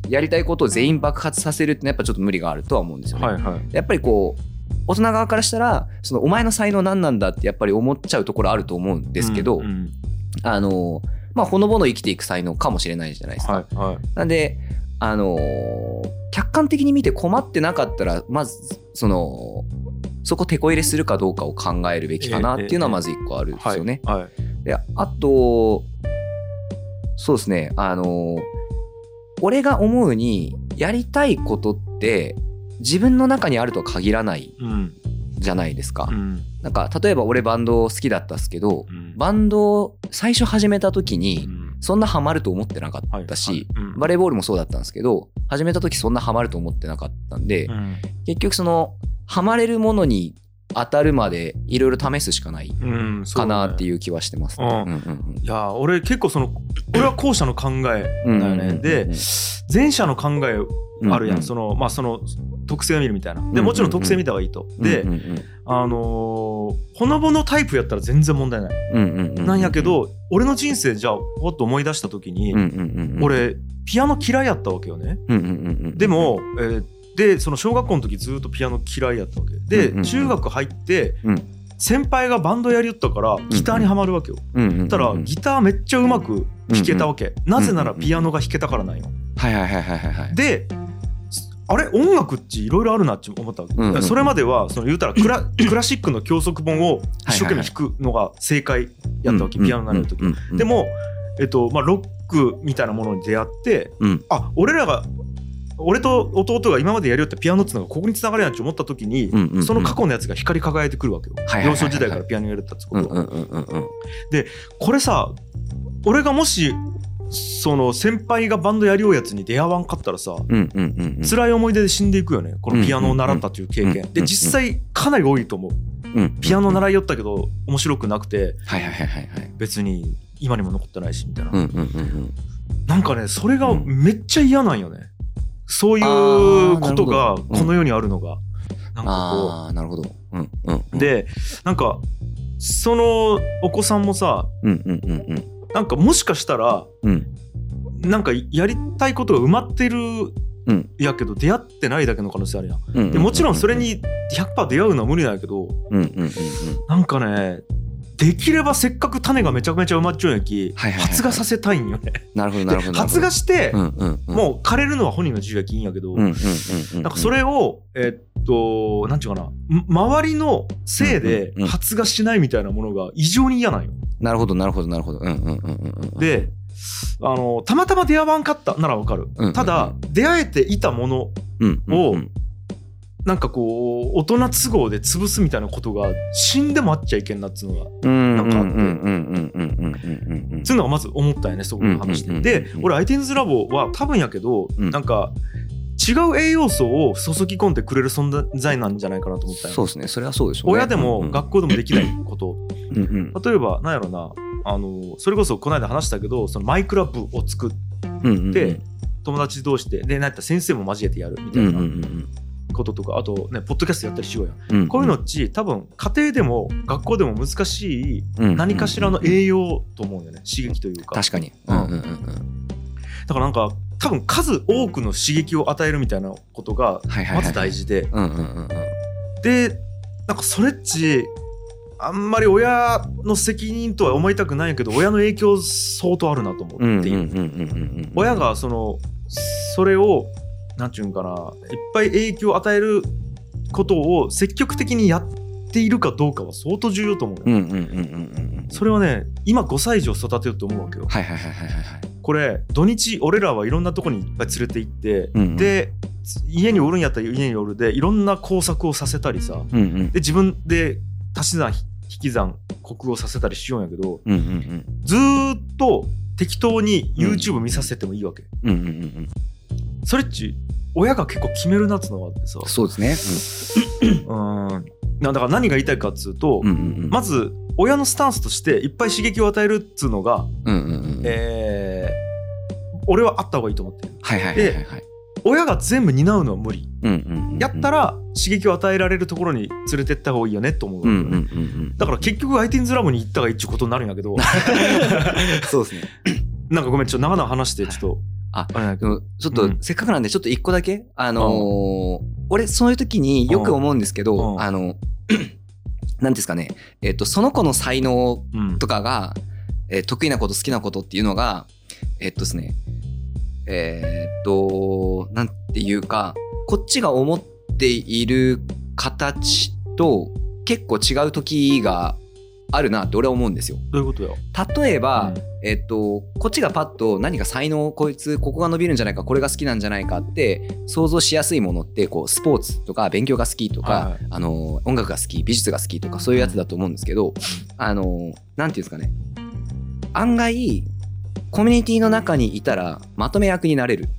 やりたいことを全員爆発させるってのはやっぱちょっと無理があるとは思うんですよね。
はいはい
やっぱりこう大人側からしたらそのお前の才能何なんだってやっぱり思っちゃうところあると思うんですけど、
うんうん
あのまあほのぼの生きていく才能かもしれないじゃないですか。
はいはい
なんであの客観的に見て困ってなかったらまずそのそこ手こ入れするかどうかを考えるべきかなっていうのはまず一個あるんですよね。
はいはい
であとそうですねあの俺が思うにやりたいことって自分の中にあるとは限らない
うん
じゃないですか。
うん
なんか例えば俺バンド好きだったっすけど
うん
バンドを最初始めた時に
うん
そんなハマると思ってなかったし、
はいはいうん
バレーボールもそうだったんですけど始めた時そんなハマると思ってなかったんで、
うん
結局そのハマれるものに当たるまでいろいろ試すしかない
うんそう
か
ね
なっていう気はしてます、
うん
うんうん
いや俺結構その俺は後者の考え
うん
だよねで前者の考えあるやん、そ
の
のまあその特性を見るみたいな
うんうん
で
うん
もちろん特性見た方がいいと、で、あのーほのぼのタイプやったら全然問題ない、なんやけ、ど俺の人生じゃあポッと思い出した時に、
うんうんうんうん、
俺ピアノ嫌いやったわけよね
うんうんうんうん、
でも、えーでその小学校の時ずっとピアノ嫌いやったわけで、
うんうん
中学入って、
うん
先輩がバンドやりよったからギターにはまるわけよ、
うんうんうんうん、
たらギターめっちゃうまく弾けたわけ、なぜならピアノが弾けたからなんよ、
はいはいはいはいはいはい
であれ音楽っていろいろあるなって思ったわけ、
うんうん
それまではその言うたらクラクラシックの教則本を一生懸命弾くのが正解やったわけ、ピアノになる時、
うんうんうんうん
でも、えっとまあ、ロックみたいなものに出会って
うん
あ俺らが俺と弟が今までやりよったピアノっていうのがここに繋がるやんって思った時に、
うんうんうん
その過去のやつが光り輝いてくるわけよ、
はいはいはいはい
幼少時代からピアノやるったってこ
うん
と、
うんうんうんうん
これさ俺がもしその先輩がバンドやりようやつに出会わんかったら
う
さ
んうんうんうん
辛い思い出で死んでいくよねこのピアノを習ったという経
うんうんう
験
ん
で実際かなり多いと思う
うん
ピアノ習いよったけど面白くなくて
はいはいはいはいはい
別に今にも残ってないしみたいな、
うんうんうんうん
なんかねそれがめっちゃ嫌なんよねそうい
あー
うこと
なる
が
ほどうん
この世にあるのが、なんか
ああなるほどうんうん
こうでなんかそのお子さんもさ
うんうんうんうん
なんかもしかしたら
うん
なんかやりたいことが埋まってる
うん
やけど出会ってないだけの可能性あるやん
うん
でもちろんそれに100%出会うのは無理なんやけど
うんうんうんうん
なんかねできればせっかく種がめちゃめちゃ埋まっちゃうんやき、
はいはいはい
発芽させたいんよね
なるほどな
で
るほど
発芽して、
うんうんうん
もう枯れるのは本人の自由やきいいんやけど、
うんうんうんうん
なんかそれをえっとなんちゅうかなま周りのせいで
うんうんうん
発芽しないみたいなものが異常に嫌なんよ。
なるほどなるほどなるほどうんうんうんうんうん
であのたまたま出会わんかったならわかる、
うんうん
ただ出会えていたもの
うんうんうん
なんかこう大人都合で潰すみたいなことが死んでもあっちゃいけんなっつうのが
うん
なんかあって
うんうんうんうんうんうんうんうん
つうのがまず思ったよねそこの話
うんう
で。
んうんうん
で俺アイテンズラボは多分やけど、
うん
なんか違う栄養素を注ぎ込んでくれる存在なんじゃないかなと思ったよ。
そうですねそれはそうでしょうね
親で
うんう
も
ん
学校でもできないこと、
うんうん
例えばなんやろなあのそれこそこの間話したけどそのマイクラブを作っ
うんうんうん
て友達同士ででなんやったら先生も交えてやるみ
う
た
ん
い
うんうん
なこととか、あとねポッドキャストやったりしようやん、
うんうん
こういうのっち多分家庭でも学校でも難しい
うんうん
何かしらの栄養と思うんだよね刺激というか
確かにう
うんん
うんうん
だからなんか多分数多くの刺激を与えるみたいなことが
はいはいはい
まず大事で、
うんうんうんうん
でなんかそれっちあんまり親の責任とは思いたくないけど親の影響相当あるなと思うっていう,、親がそのそれをなんていうんかないっぱい影響を与えることを積極的にやっているかどうかは相当重要と思うよ、
うんうんうんうんうん
それはね今5歳児を育てようと思うわけよ
はいはいはいはいはいはい
これ土日俺らはいろんなとこにいっぱい連れて行って、
うんうん
で家におるんやったら家におるでいろんな工作をさせたりさ
うんうん
で自分で足し算ひ引き算国語させたりしようんやけど
うんうん
ずーっと適当に YouTube 見させてもいいわけ、
うんうんうんうん
それっち親が結構決めるなっつうのがあってさ
うんそうです
うーんなだから何が言いたいかっつうと、
ねうんうんうん
まず親のスタンスとしていっぱい刺激を与えるっつうのが、
うんうんうん
えー俺はあった方がいいと思ってる
はいはいはいはいはい
親が全部担うのは無理
うんうんうん
やったら刺激を与えられるところに連れてった方がいいよねと思うわ
う
け
ん
よ、
うんうんうん
だから結局アイテンズラボに行ったが一応ことになるんや けど
そうですね
なんかごめん、ちょっと長々話して、ちょっと。
あ
れなんやけ
で
ど
もちょっ
う
と
ん
せっかくなんでちょっと一個だけあのー俺そういう時によく思うんですけ
う
ど
ん
あのなんですかねえっとその子の才能
うん
とかが、えー得意なこと好きなことっていうのがえっとですねえーっとなんていうかこっちが思っている形と結構違う時があるなって俺は思うんですよ。
どういうことよ
例えば、
うん
えっと、こっちがパッと何か才能こいつここが伸びるんじゃないかこれが好きなんじゃないかって想像しやすいものってこうスポーツとか勉強が好きとか、
は
あの音楽が好き美術が好きとかそういうやつだと思うんですけどあのなんていうんですかね案外コミュニティの中にいたらまとめ役になれる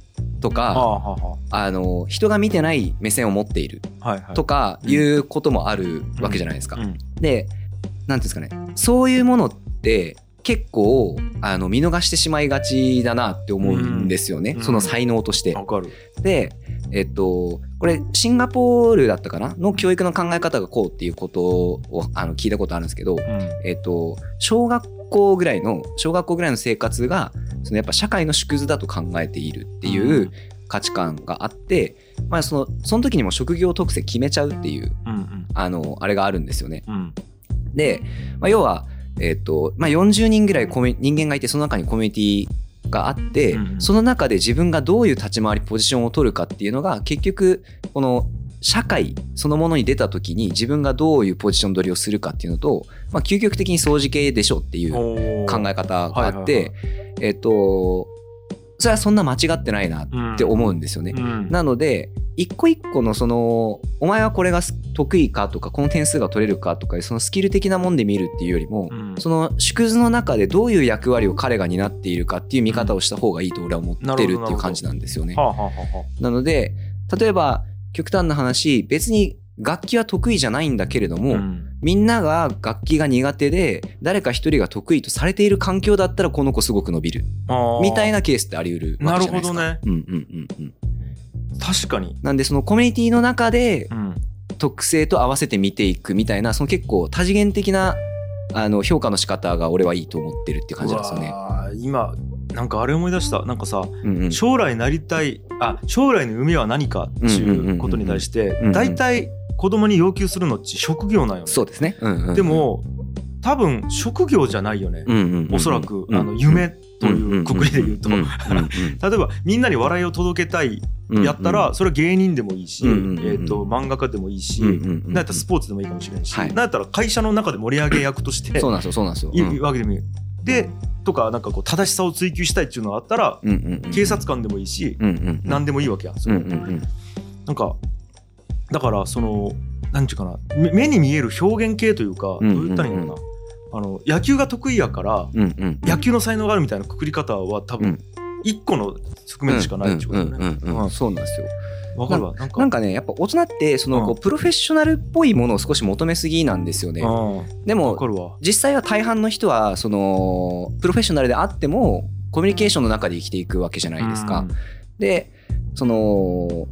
と
ああ
か
はあは
あの人が見てない目線を持っている
あはいはい
とか
うん
いうこともあるわけじゃないですか
う。ん
で何ていうんですかねそういうものって結構あの見逃してしまいがちだなって思うんですよね、
うん
その才能として。
わかる
でえっとこれシンガポールだったかなの教育の考え方がこうっていうことをあの聞いたことあるんですけど、
うん
えっと、小学校ぐらいの小学校ぐらいの生活がそのやっぱ社会の縮図だと考えているっていう価値観があって、まあ、そのその時にも職業特性決めちゃうっていう
うんうん
あのあれがあるんですよね。
うん
で、まあ、要は、えっとまあ、40人ぐらいコミュ人間がいてその中にコミュニティがあって、
うんうん
その中で自分がどういう立ち回りポジションを取るかっていうのが結局この社会そのものに出た時に自分がどういうポジション取りをするかっていうのと、まあ、究極的に掃除系でしょっていう考
考え
え方があっ
はいはい
てえっとそれはそんな間違ってないなって思うんですよね。
うん
なので一個一個のそのお前はこれが得意かとかこの点数が取れるかとかそのスキル的なもんで見るっていうよりも、
うん
その縮図の中でどういう役割を彼が担っているかっていう見方をした方がいいと俺は思ってるっていう感じなんですよね。
はあはあはあは
なので例えば極端な話別に楽器は得意じゃないんだけれど
あ
も、
うん
みんなが楽器が苦手で誰か一人が得意とされている環境だったらこの子すごく伸びる
あー
みたいなケースってあり得るわけじゃないですか。
なる
ほどね。うんうんうんうん。
確かに
なんでそのコミュニティの中で
うん
特性と合わせて見ていくみたいなその結構多次元的なあの評価の仕方が俺はいいと思ってるって感じなんですよ
う
ね。
わー今なんかあれ思い出したなんかさ
うんうん
将来なりたいあ将来の夢は何かっていうことに対して
うんうん
大体子供に要求するのって職業なんよね。
そうですね。うんうんうん
で、も多分職業じゃないよね、
うんうんうん
おそらく、あの夢というくくりで言うと。
んんん
例えばみんなに笑いを届けたい
うんうん
やったらそれは芸人でもいいし、
うんうんうん
えー、と漫画家でもいいし、
うんうんうんうん
なんやったらスポーツでもいいかもしれないし、
はい
なんやったら会社の中で盛り上げ役として
そうなんですよそうなんですよ。
い
うん
いわけでもいい。でとかなんかこう正しさを追求したいっていうのがあったら
うんうんうん
警察官でもいいし、
うんうんうん
何でもいいわけや、そ
うん
れ
うんうん
なんかだからその何て言うかなめ目に見える表現系というか、
うんうんうん
どう言ったらいいのかなあの野球が得意やから
うんうん
野球の才能があるみたいなくくり方は多
うん
分一個の側面しかないっていうことだ
うんうん
ね。
うんうんそうなんですよ。
うんわかるわなんか
なんかねやっぱ大人ってそのこ
う
うプロフェッショナルっぽいものを少し求めすぎなんですよね
う。んわ
でも
かるわ。
実際は大半の人はそのプロフェッショナルであってもコミュニケーションの中で生きていくわけじゃないですか。
うん
でその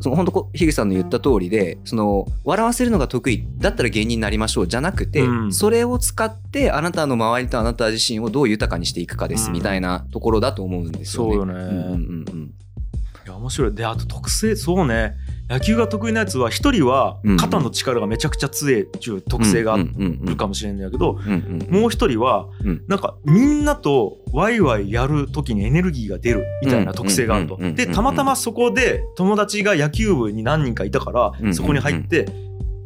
その本当こ樋口さんの言った通りでその笑わせるのが得意だったら芸人になりましょうじゃなくて、
うん
それを使ってあなたの周りとあなた自身をどう豊かにしていくかです、
うん
みたいなところだと思うんですよ
そ
ね。
うよね。
うんうんうん
いや面白いであと特性そうね野球が得意なやつは一人は
うん
肩の力がめちゃくちゃ強いっていう特性があるかもしれないけど、
うんうんうん
もう一人は
うん
なんかみんなとワイワイやる時にエネルギーが出るみたいな特性があると。
うんうんうんうん
でたまたまそこで友達が野球部に何人かいたか
うんうん
らそこに入って。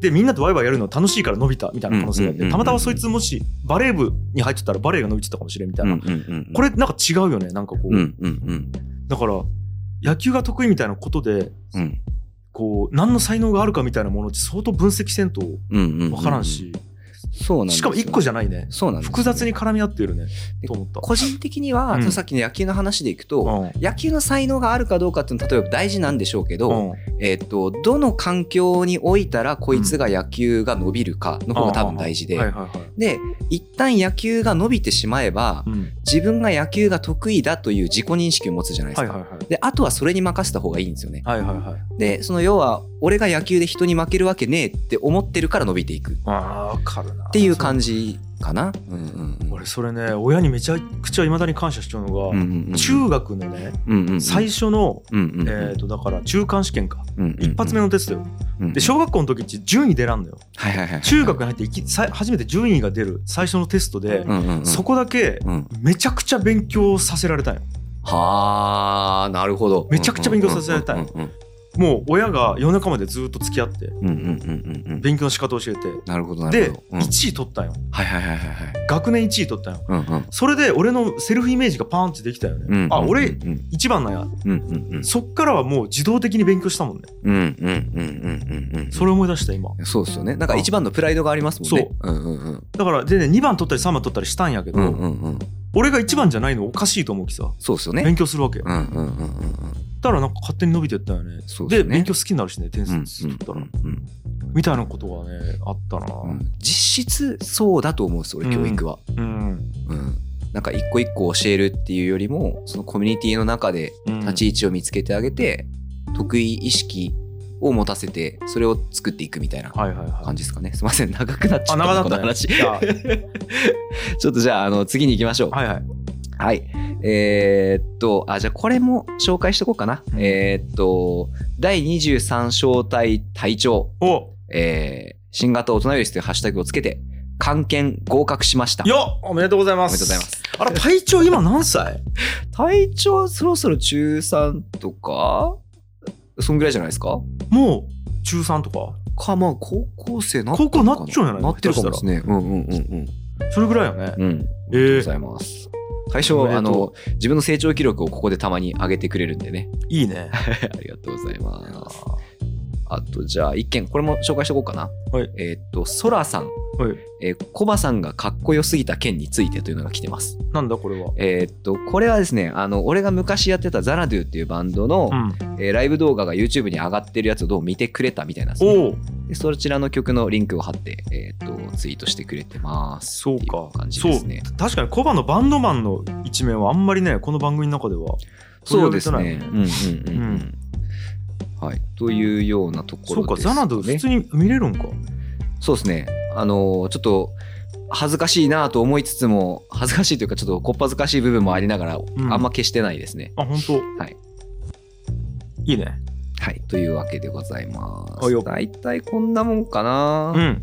でみんなとワイワイやるの楽しいから伸びたみたいな可能性があっ
うんうんうんうん
てたまたまそいつもしバレー部に入ってたらバレーが伸びてたかもしれんみたいな、
うんうんうんうん
これなんか違うよねなんかこう、
うんうんうん
だから野球が得意みたいなことで
うん
こう何の才能があるかみたいなものって相当分析せんと
うんうん
分からんし、
そうなんです
し
よ
かも1個じゃないね
そうなんですよ
複雑に絡み合っているね
で
と思った。
個人的には、
うん
そのさっきの野球の話でいくと、
うん
野球の才能があるかどうかっていうのは例えば大事なんでしょうけど、
うん
えっとどの環境に置いたらこいつが野球が伸びるかの方が多分大事で、
はいはいはい
で一旦野球が伸びてしまえば
うん
自分が野球が得意だという自己認識を持つじゃないで
は
す
い
か。
はいはい
であとはそれに任せた方がいいんですよね。
はいはいはい
でその要は俺が野球で人に負けるわけねえって思ってるから伸びていくっ
あー分かるなって
いう感じかな。うんうんうん
俺それね親にめちゃくちゃいまだに感謝しちゃうの
うん
が、
うんうん
中学のね
うんうんうん
最初の、
うんうんうん
えー、とだから中間試験か
うんうんうん
一発目のテストよで小学校の時って順位出らんのよ
はいはいはい、
中学に入っていきさい初めて順位が出る最初のテストで、
うんうんうん、
そこだけ
うん、
めちゃくちゃ勉強させられたんよ
はあなるほど
めちゃくちゃ勉強させられたい
うんうんうん
もう親が夜中までずっと付き合って
うんうんうんうんうん。
勉強の仕方を教えて
なるほどなる
で
ほど。うん
1位取ったんよ
はいはいはいはいはい。
学年1位取ったんよ
うんうん
それで俺のセルフイメージがパーンってできたよね、
うんうんうん。
あ
う
俺
ん
一番なんや
うんうんうん。
そっからはもう自動的に勉強したもんね
うんうんうんうんうんうん。
それを思い出した今
そうですよね。なんか一番のプライドがありますもんね。うんうんうん。
だからでね2番取ったり3番取ったりしたんやけど、
うんうんうん。
俺が1番じゃないのおかしいと思うきさ
そうですよね。
勉強するわけよ
うんうんうんうんうん。
だからなんか勝手に伸びてったよね
そうで
です
ね
勉強好きになるしね点
うん
数取ったら、
うん
みたいなことがねあったな
うんうん実質そうだと思うんです俺教育は。
うん、
うんなんか一個一個教えるっていうよりもそのコミュニティの中で
うん
立ち位置を見つけてあげて、得意意識を持たせてそれを作っていくみたいな
はいはいは
感
い
じですかねすいません長くなっちゃった
あ長
この
かったね
話
じゃあ
ちょっとじゃああの次に行きましょう
はいはい
はい。えーっと、あ、じゃあこれも紹介しとこうかな。
うん
えーっと、第23小隊隊長、
お
えー新型大人よりすというハッシュタグをつけて、関検合格しました。
よっおめでとうござい
お
ま
め
す
でとうございます。
あら隊長今何歳
隊長そろそろ中3とか、そんぐらいじゃないですか
もう中3とか
か、まあ高校生なってる
高校なっちゃうんじゃない
なってるかもですね。うんうんうん
それぐらいよね
うん。うん。あ
えー
りがとうございます。大
おめ
将、
で
あ
とう
の、自分の成長記録をここでたまに上げてくれるんでね。
いいね
ありがとうございます。あとじゃあ一件これも紹介しておこうかな。
はい
えーっとソラさん、
はい
えーコバさんがかっこよすぎた件についてというのが来てます。
なんだこれは
えーっとこれはですねあの俺が昔やってたザラドゥっていうバンドの、
うん
えーライブ動画が YouTube に上がってるやつをどう見てくれたみたいなんですね
おお
でそちらの曲のリンクを貼ってえーっとツイートしてくれてます。
そう
ってい
か
う感じ
そ
で
う
すね。
確かにコバのバンドマンの一面はあんまりねこの番組の中では
そうですね。
取
う
り
んうんうんうん。はい、というようなとこ
そう
ろ
か
です、ね。
ザナド普通に見れるんか
そうですね。あのーちょっと恥ずかしいなと思いつつも恥ずかしいというかちょっとこっぱずかしい部分もありながら、
ん
あんま消してないですね。
あ本当
はい
いいね
はいというわけでございます。
はいよ
大体こんなもんかな、
うん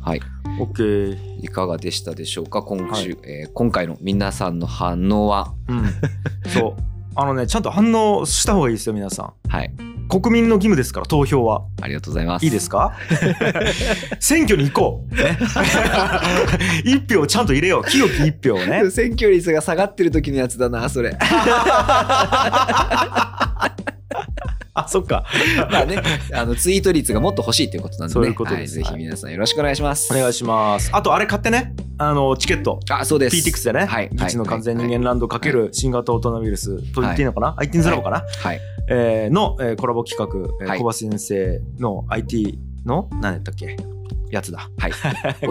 はい
オッケー
いかがでしたでしょうか今週、えー今回の皆さんの反応は
うん そうあのねちゃんと反応した方がいいですよ皆さ
はい
ん国民の義務ですから投票は
ありがとうございます。
いいですか選挙に行こ う、ね、一票をちゃんと入れよう清き一票を ね
選挙率が下がってる時のやつだな それ。
あそっか
まあねあのツイート率がもっと欲しいということなんで、ね、
そういうことです
はい、ぜひ皆さんよろしくお願いします。
お願いしますあとあれ買ってねあのチケット
あそうです。
PTX でね、
はい
ギチの完全人間ランドかけ
は
る新型大人ウイルスと言っていいのかな、IT ズラボかな、
はい。
えーの、えーコラボ企画、えー
はい
小葉先生の IT の何やったっけやつだ、
はい。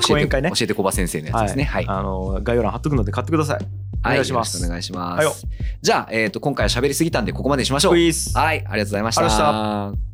講演会ね
教えてコバ先生のやつですね。はい。
あの概要欄貼っとくので買ってください
は
お願いします
よろくお願いし
はい
ま
よ
す。じゃあ、えっと、今回は喋りすぎたんで、ここまでにしましょう。
ク
はい。
イズ
ありがとうございまし
ありがとうござ
た。